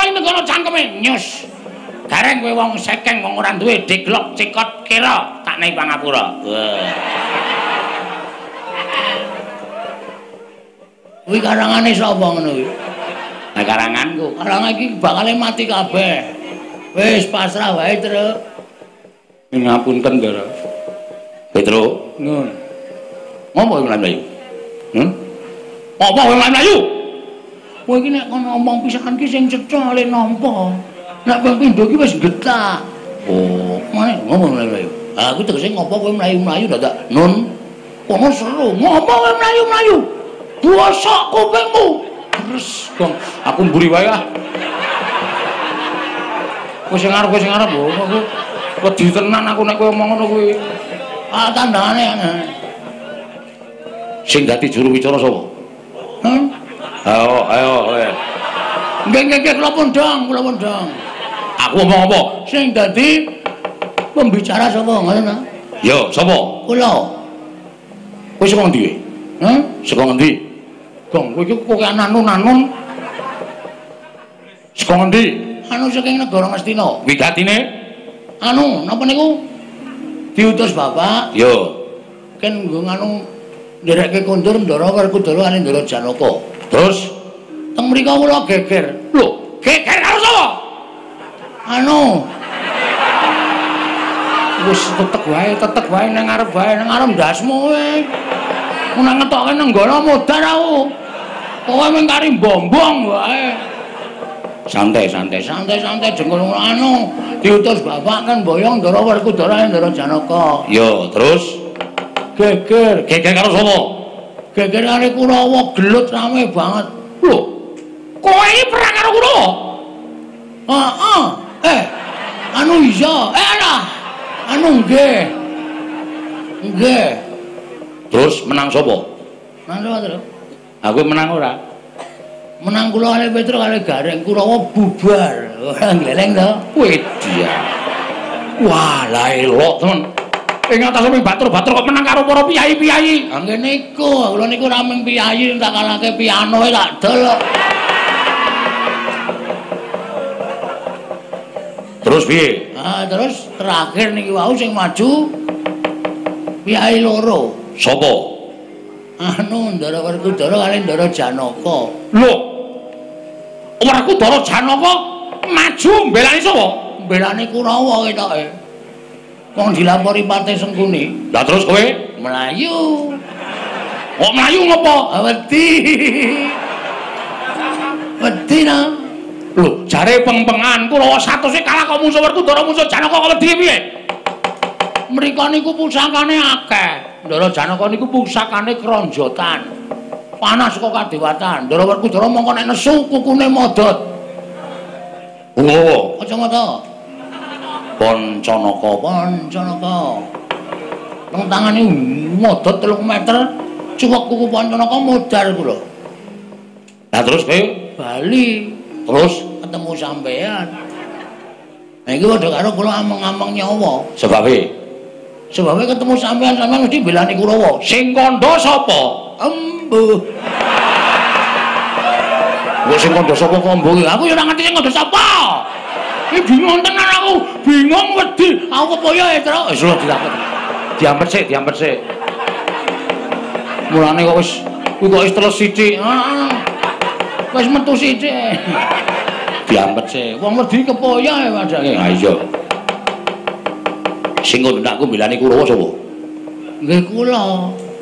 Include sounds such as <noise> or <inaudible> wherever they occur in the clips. cara cangkeme nyus. Gareng kowe wong sekeng wong ora duwe diglok cikot kira tak nei pangapura. Wah. Kuwi karangane sapa ngono kuwi? Nah karanganku. Karangan iki bakale mati kabeh. Wis pasrah wae, Truk. Ngapunten, Gara. Petro. Ngono. Ngopo kowe mlayu? Hmm? Apa kowe mlayu? Kowe iki nek kono omong pisan ki sing cetha le nampa. Nek kowe pindho ki wis getak. Oh, mana ngomong mlayu? Ah, aku tegese ngopo kowe mlayu-mlayu dadak nun. Kono seru, ngopo kowe mlayu-mlayu? Bosok kupingmu. Terus, Bang, aku mburi wae ah. Kowe sing arep, kowe sing arep, oh, aku wedi tenan aku nek kowe omong ngono kuwi. Ah, tandane ana. sing dadi juru wicara sapa? Hah? Ayo, ayo kowe. Nggih, nggih, nggih, kula pundhang, kula pundhang. Aku ngomong apa? Sing dadi pembicara sapa ngoten ta? Yo, sapa? Kula. Kowe saka ndi? Hah? Saka ndi? Gong, kowe iki kok kaya nanun-nanun. Saka ndi? Anu saking negara Ngastina. Wigatine? Anu, napa niku? Diutus Bapak. Yo. Ken nggo nganu nderekke kundur Ndara Werkudara ane Ndara Janaka. Terus teng mriku kula geger. Lho, geger karo sapa? Anu. Wis tetek wae, tetek wae nang ngarep wae, nang ngarep ndasmu kowe. Mun nang ngetokke nang gono modar aku. Kowe mung kari bombong wae. Santai, santai, santai, santai jengkol ngono anu. Diutus bapak kan boyong Ndara Werkudara ane Ndara Janaka. Yo, terus geger geger karo sapa geger karo Kurawa gelut rame banget lho kowe iki perang karo Kurawa heeh eh anu iya eh ana anu nggih nggih terus menang sapa menang sapa terus aku menang ora menang kula kali Petro kali Gareng Kurawa bubar ora ngeleng to wedia wah la elok temen ing atas ming batur-batur kok menang karo para piyayi-piyayi. Ha ngene iku, kula niku ra mung piyayi tak kalahke piano e, tak dol. Terus piye? Ah, terus terakhir niki wau sing maju piyayi loro. Sapa? Anu Ndara Werkudara kali Ndara Janaka. Lho. Werkudara Janaka maju mbelani sapa? Mbelani Kurawa ketoke. Wong dilapori Pate Sengkuni. Lah terus kowe mlayu. Kok mlayu ngopo? Wedi. Wedi nah. Lho, jare pengpengan Kurawa satuse e kalah kok musuh werku Ndara musuh Janaka kok wedi piye? Mriko niku pusakane akeh. Ndara Janaka niku pusakane kronjotan. Panas kok kadewatan. Ndara werku Ndara mongko nek nesu kukune modot. Oh, kacamata. Pancanaka, Pancanaka. Teng tangane modot 3 meter, cuwek kuku Pancanaka modar kula. Lah terus kowe bali, terus ketemu sampean. Nah iki padha karo kula ameng-ameng nyawa. Sebabe sebabe ketemu sampean sampean mesti belani Kurawa. Sing kandha sapa? Embuh. Kok sing kandha sapa kok embuh? Aku ya ora ngerti sing kandha sapa. Iki bingung tenan aku, bingung wedi. Aku kepaya ya, Tru. Wis lho dilakon. Diampet sik, diampet sik. Mulane kok wis kuwi kok wis terus sithik. Ah, Wis metu sithik. Diampet sik. Wong wedi kepaya ya Eh, padake. Ha iya. Sing ngundakku bilani Kurawa sapa? Nggih kula.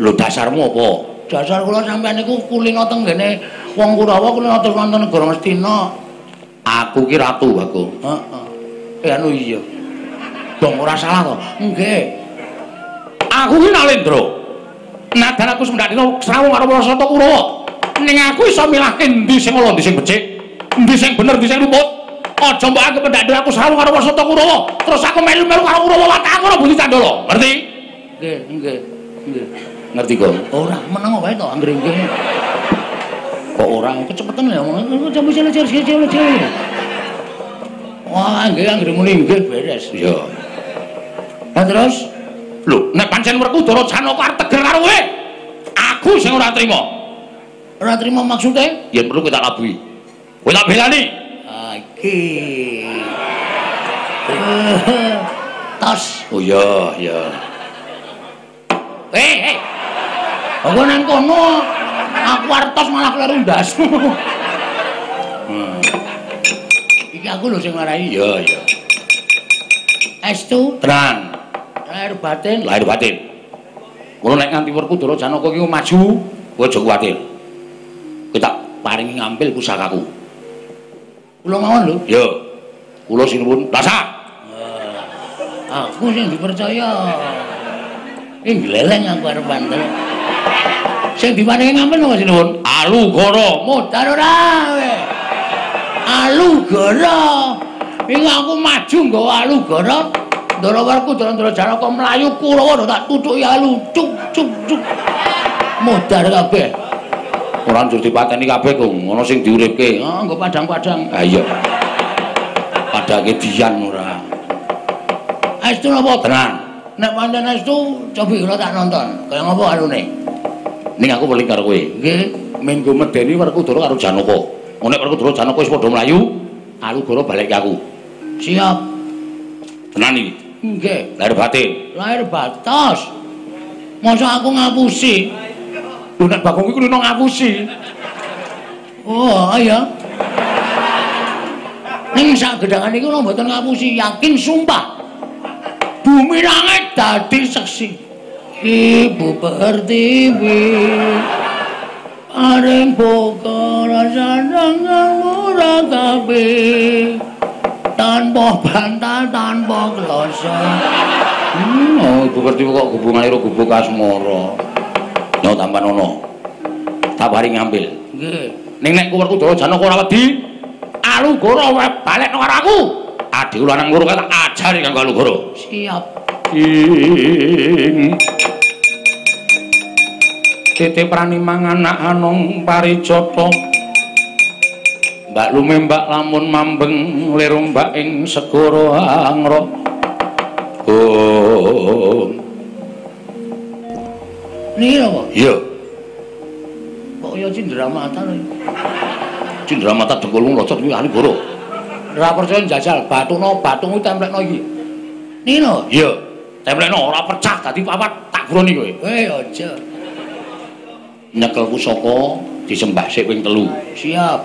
Lho dasarmu apa? Dasar kula sampeyan niku kulina teng ngene wong Kurawa kulina terus wonten negara Ngastina. Aku ki ratu aku. Heeh. Eh anu iya. Dong ora salah to. Nggih. Aku ki Nalendra. Nadan aku Sundakdina srawung karo Prasata Kurawa. Ning aku iso milahke ndi sing ala ndi sing becik, ndi sing bener ndi sing luput. Aja mbok aku pendak aku srawung karo Prasata Kurawa, terus aku melu-melu karo Kurawa watak aku ora bunyi candala. Ngerti? Nggih, nggih. Nggih. Ngerti kok? Ora, meneng wae to anggere nggih. kok ora kecepetan ya ngono jambu cilik cilik cilik cilik wah nggih anggere muni nggih beres ya nah terus lho nek pancen Werkudara Janaka arep teger karo kowe aku sing ora trima ora trima maksude yen perlu kowe tak labuhi kowe tak belani iki. Eh, Tos. Oh iya, iya. Hei, hei. Aku nang eh. kono. Aku arep tos malah kleru ndasmu. Hmm. Iki aku lho sing marai. Iya, iya. Estu terang. Lahir batin, lahir batin. Kulo nek nganti Werkudara Janaka ki maju, kowe aja kuwatir. Kowe tak paringi ngampil pusakaku. Kula mawon lho. Yo. Kula sinuwun. Dasar. Eh, Aku sing dipercaya. Ing gleleng aku arep bandel. Sing diparingi ngampil kok sinuwun. Alugara, modal ora kowe. Alugara. Iku aku maju nggawa Alugara. Ndara Werkudara Ndara Janaka mlayu Kurawa tak tutuki alu cuk cuk cuk. Modal kabeh. Ora njur dipateni kabeh kok ana sing diuripke. Ah, nggo padang-padang. Ha iya. Padange dian ora. Astu napa tenan? Nek pancen astu coba kula tak nonton. Kaya ngapa alune? Ning aku weling karo kowe. Nggih, minggu medeni Werkudara karo Janaka. Ngono nek Werkudara Janaka wis padha mlayu, Alugara balik ke aku. Siap. Tenan iki. Nggih. Lahir batin. Lahir batas. Masa aku ngapusi? Lho nek Bagong kuwi kudu ngapusi. Oh, iya. Ning sak gedangan niku kula mboten ngapusi, yakin sumpah. Bumi langit dadi seksi. Ibu pertiwi. Areng boko rasa dengan murah kabeh. Tanpa bantah, tanpa kloso. Hmm, oh, ibu pertiwi kok gubungane karo gubuk asmara. Yo tampan ono. Tak paring ngambil. Nggih. Ning nek kuwerku Dara Janaka ora wedi, Alugara wae balik nang aku. Adhi kula nang loro kae tak ajari kanggo Alugara. Siap. Ing Tete prani mangan anak anong parijata. Mbak lume mbak lamun mambeng liru mbak ing segara angrok. Oh. Niki apa? Iya. Kok ya cindramata lho. Cindramata dengkulmu locot kuwi ahli goro. Ora percaya njajal batukno batukmu templekno iki. Niki lho. Iya. Templekno ora pecah dadi papat tak guroni kowe. Eh aja. Nyekel pusaka disembah sik ping telu. Siap.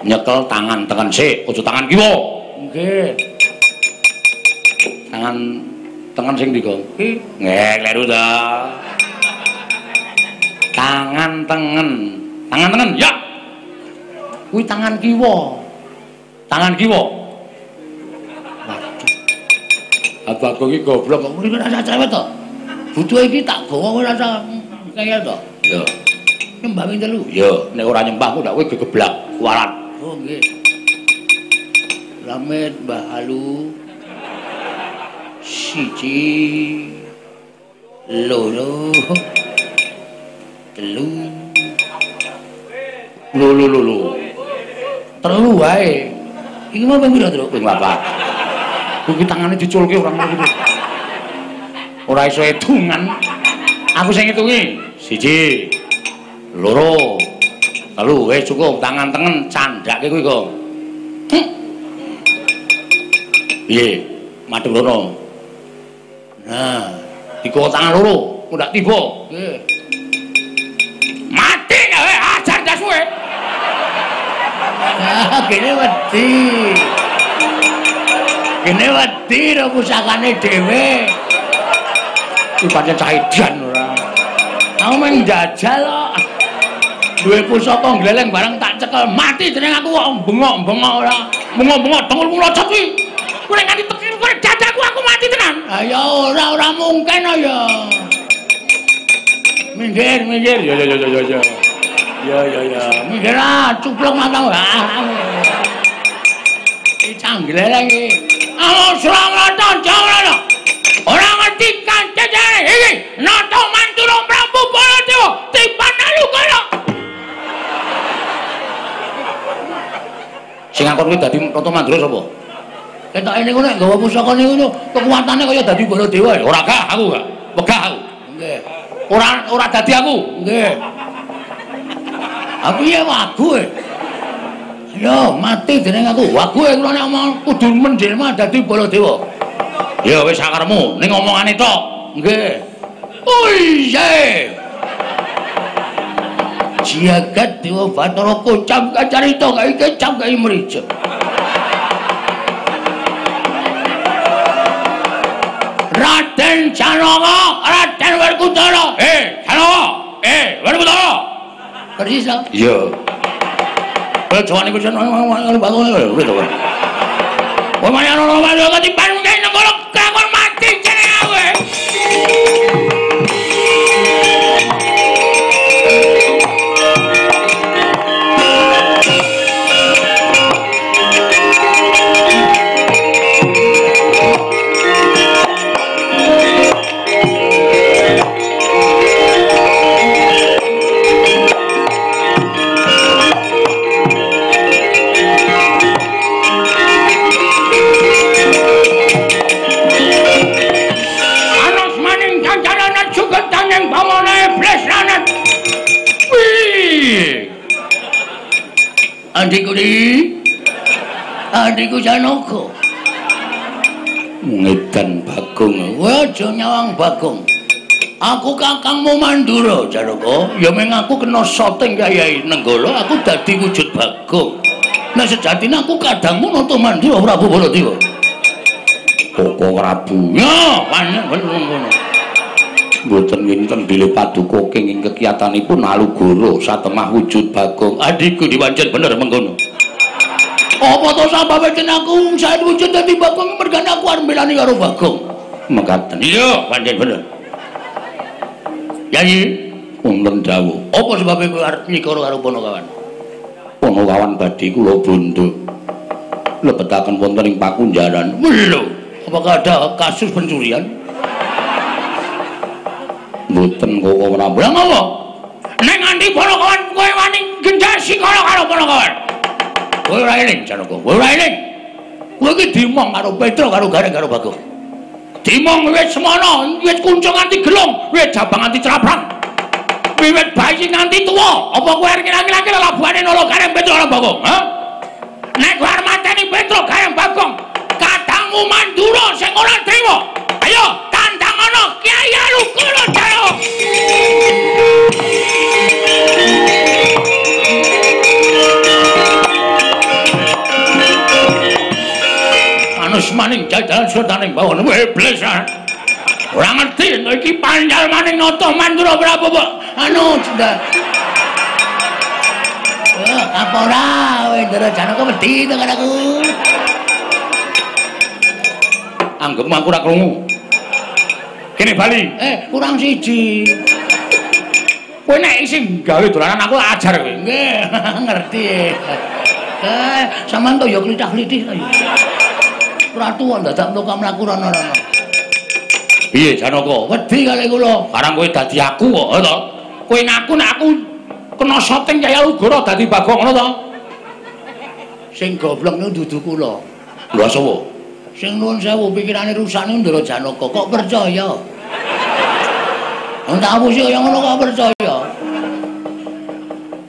Nyekel tangan tekan sik, aja tangan kiwa. Nggih. Tangan tangan sing ndi, Gong? Nggih, kleru ta. tangan tengen tangan tengen ya kuwi tangan kiwa tangan kiwa Abah kok iki goblok kok ngene rasa cerewet to. Butuhe iki tak gawa kowe rasa kaya to. Ya. Nyembah ping telu. Ya, nek ora nyembah kok ndak kowe gegeblak, kualat. Oh nggih. Lamet Mbah Halu. Siji. Loro. telu lho lho lho lho telu wae iki mau ping pira, Truk? Ping papat. Kuwi tangane diculke ora ngono kuwi. Ora iso etungan. Aku sing ngitungi. Siji, loro, telu wis cukup tangan tengen candhake kuwi kok. Hm. Piye? Madhep rono. Nah, dikowo tangan loro, kok ndak tiba. Nggih. Mati kowe ajar das kowe. Ah, kene wedi. Kene wedi ro pusakane dhewe. Iki pancen cah edan ora. Aku mung jajal kok. Duwe pusaka gleleng barang tak cekel mati jeneng aku kok bengok-bengok ora. Bengok-bengok dengkulmu locot kuwi. Kowe nek nganti pikir kowe dadaku aku mati tenan. Ah ya ora ora mungkin ah ya. minggir minggir ya ya ya ya ya ya ya ya ya minggir ah cuplok mata ah iki canggleleng iki ayo srawatan jangan ora ngerti kancane iki nata mantura prabu baladewa tiban nalu kala sing ngakon kuwi dadi nata mantura sapa ketoke niku nek gawa pusaka niku kekuatane kaya dadi baladewa ya. ora gah aku gak megah aku nggih ora ora dadi aku nggih aku ya wagu e Yo, mati jeneng aku. Wah, kowe kula nek omong kudu menjelma dadi Baladewa. Ya wis sakarmu ning omongane tok. Oh Nggih. Oi, ye. Jagat Dewa Batara kocam kacarita kae kecam kae mrijo. Raden Janaka, Raden Werkudara. Eh, Janaka. Eh, Werkudara. Persis lah. Iya. Kalau jawane kuwi seneng ngene bakul lho to. Kowe mari ana wae ketipan kae nang kono kakon mati jeneng awe. Anas maning janjaranan suket tanging pamana iblis lanat. Wih. Adikku di Adikku Janaka. Ngedan Bagong. Wah, aja nyawang Bagong. Aku kakangmu Mandura, Janaka. Ya meng aku kena soting Kyai Nenggala, aku dadi wujud Bagong. Nah sejatine aku kadangmu nutu Mandura Prabu Baladewa. Koko Prabu. Ya, panen bener ngono. Mboten winten bilih paduka kenging kekiyatanipun Alugoro satemah wujud Bagong. Adikku diwancen bener mengkono. Apa to sampeyan yen aku sae wujud dadi Bagong mergane aku arep milani karo Bagong. Mekaten. Iya, pancen bener. Yayi, wonten dawuh. Apa sebabe kowe arep nyikara karo Ponokawan? Ponokawan badhe kula bondo. lebetaken wonten ing pakunjaran. Lho, apakah ada kasus pencurian? Mboten kok ora mlang apa? Ning nganti Balawan kowe wani gendhasi kala karo Balawan. Kowe ora eling Janaka, kowe ora eling. Kowe iki dimong karo Petro karo Gareng karo Bagong. Dimong wit semana, wit kuncung nganti gelung, wit jabang nganti craprang. Wiwit bayi nganti tuwa, apa kowe arep ngira-ngira labuhane nolo Gareng Petro karo Bagong, ha? Nek kowe arep mateni Petro Gareng Bagong, kadangmu mandura sing ora trima. Ayo, tandang ana Kiai Alukoro Jawa. Anus maning jajalan sultaning bawon iblis. ah. Ora ngerti lho, iki panjal maning nata mandura berapa, Pak? Anu, sudah. Eh, apa ora kowe ndara Janaka wedi to karo aku. Anggepmu aku ora krungu. Kene bali. Eh, kurang siji. Kowe nek isih gawe dolanan aku tak ajar kowe. Nggih, <laughs> ngerti. Eh, sampean kok ya klithah-klithih to ya. Ora tuwa dadak mloka mlaku rono-rono. Piye Janaka? Wedi kali kula. Karang kowe dadi aku kok to. Kowe ngaku nek aku kena syuting kaya Ugoro dadi Bagong ngono to. Sing goblok niku dudu kula. Lha sapa? Sing nuwun sewu pikirane rusak niku Ndara Janaka. Kok percaya? Wong tak sih kaya ngono kok percaya.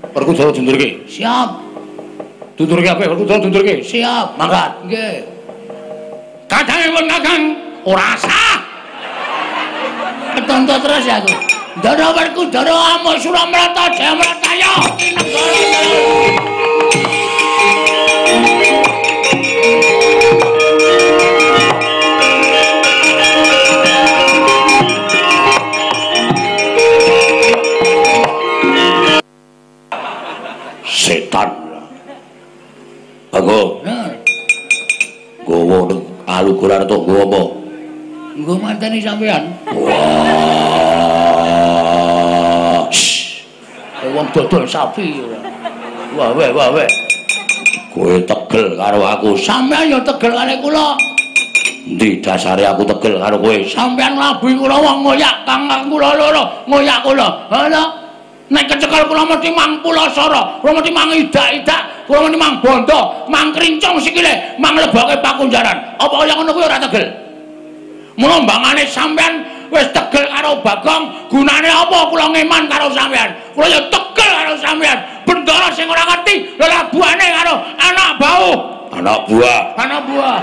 Perkudara dundurke. Siap, Dundurke apa? Perkudara dundurke. siap. Mangkat. Nggih. Kadange pun kakang ora sah. Ketonto terus ya aku. Dara warku dara amo suramrata jamrata yo. Setan. Bagong, Nah, gowo ning Alugoro tok gowo apa? nggo mateni sampean. Wah. Eh, Wong dodol sapi. ora. Wah, weh, wah, weh. Kowe tegel karo aku. Sampean yo tegel kali kula. Ndi dasare aku tegel karo kowe. Sampean labuhi kula wong ngoyak tangan kula loro, ngoyak kula. Halo. Nek kecekel kula mesti mang pulasara, kula mesti mang idak-idak, kula mesti mang bondo, mang krincong sikile, mang leboke pakunjaran. Apa kaya ngono kuwi ora tegel? Mula mbangane sampean wis tegel karo Bagong, gunane apa kula ngeman karo sampean? Kula ya tegel karo sampean. bendara sing ora ngerti lelabuhane karo anak bau anak buah anak buah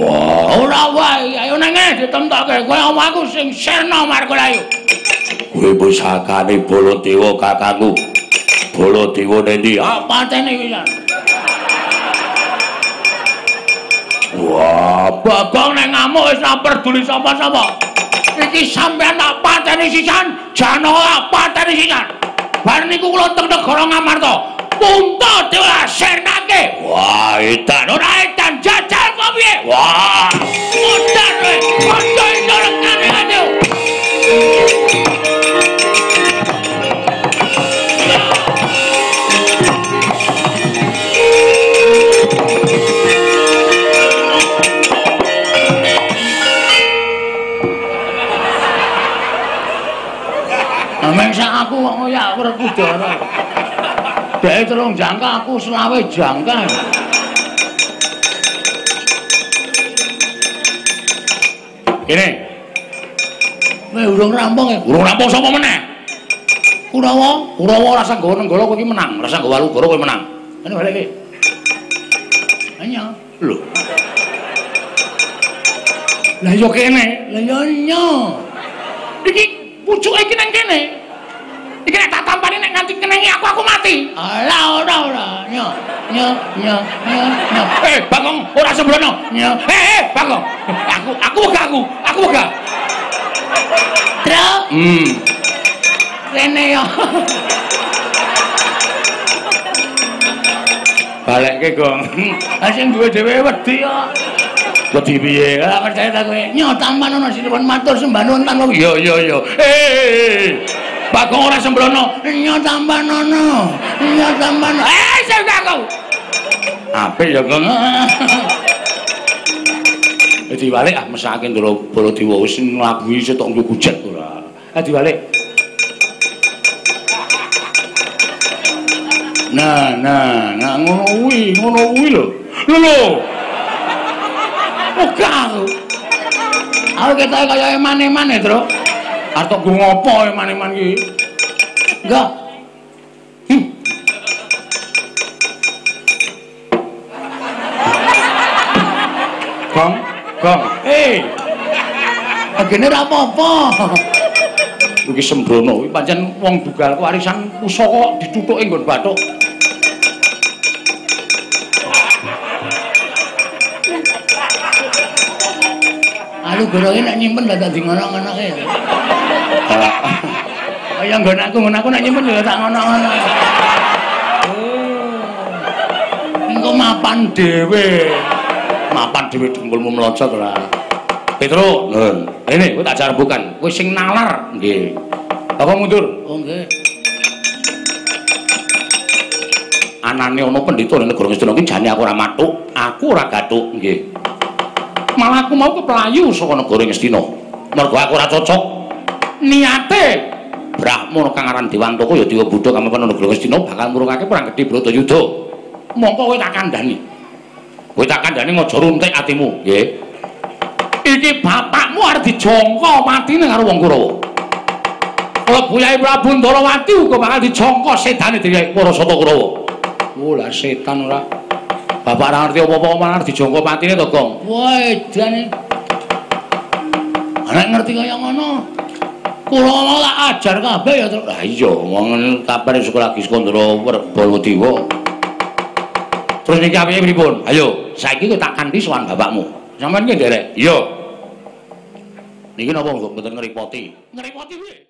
wah ora wae ayo nengeh ditentokke kowe omahku sing sirna markulayu kuwi pusakane Baladewa kakangku Baladewa nendi ah apa tene iki San? wah Bagong nek ngamuk wis ora peduli sapa-sapa. Iki sampean tak pateni sisan, Jano tak pateni sisan. Bar niku kula teng negara Ngamarta. Punta dewa sernake. wah edan Ora edan jajal kok piye? wah Mudar kowe, kanca indorek kane ade. Ameng sak aku kok ngoyak werku dara. Dhewe telung jangka aku selawe jangka. ini Kowe urung rampung ya. urung rampung sapa meneh Kurawa, Kurawa rasa nggawa nenggala kowe iki menang, rasa nggawa Walugara kowe menang. Ini balik iki. Anya, lho lah yo kene, lah yo nya. Iki pucuke iki nang kene. Iki nek tak tampani nek nganti kenengi aku aku mati. Alah ora ora nya. Nya nya nya nya. eh bagong ora sembrono Nya. eh eh bagong aku aku wegah aku aku wegah Truk hmm kene yo. balekke gong Lah Hmm, sing duwe dhewe wedi yo. wedi piye Lah percaya ta kowe. Nya tampan ono sinuwun matur sembah nuwun tanpa yo yo yo eh bagong ora sembrono Nya tambah nono. Nya tambah nono. Eh, saya kau. apik ya gong Dadi balik ah mesake ndoro Baladewa wis nglabuhi setok nggo gujet ora. Dadi balik. Nah, nah, nah ngono kuwi, ngono kuwi lho. Lho lho. Muka aku. Aku kita kaya eman-eman ya, Tru. Arep nggo ngopo eman-eman iki? Enggak. Gong, gong. Eh, Agene ora apa-apa. iki sembrono iki pancen wong dugalku arisan pusaka ditutuke nggon bathuk. Aku goroke nak nyimpen lah tak dingono-ngonoke. ya. Alah, Oh, Kaya nggon aku, nggon aku nak nyimpen ya tak ngono-ngono. Oh. Engko mapan dhewe. mapan dhewe dengkulmu mlocot ora. Petro, nun. Ini kowe tak jarbukan. Kowe sing nalar. Nggih. Apa mundur? Oh nggih. anane ana pendhita ning negara Ngastina iki jane aku ora mathuk, aku ora gathuk, nggih. Malah aku mau keplayu saka negara Ngastina. Mergo aku ora cocok. Niate Brahmana kang aran Dewantaka ya Dewa Buddha kamepan negara Ngastina bakal murungake perang gedhe Bratayuda. Mongko kowe tak kandhani. Kowe tak kandhani ngojo runtik atimu, nggih. Iki bapakmu arep dijongko matine karo wong Kurawa. Kalau Buyai Prabu Ndarawati uga bakal dijongko sedane dhewe para sata Kurawa. Mula setan ora. Bapak ora ngerti apa-apa malah dijongko patine to, Gong. Wah, edane. Ana ngerti kaya ngono. Kula tak ajar kabeh ya, Tru. Lah iya, wong kapan sekolah lagi Sekondra Baladewa. Terus niki apiye pripun? Ayo, saiki kowe tak kanthi sowan bapakmu. Sampeyan ki nderek. Iya. Niki napa mboten ngripoti? Ngrepoti piye?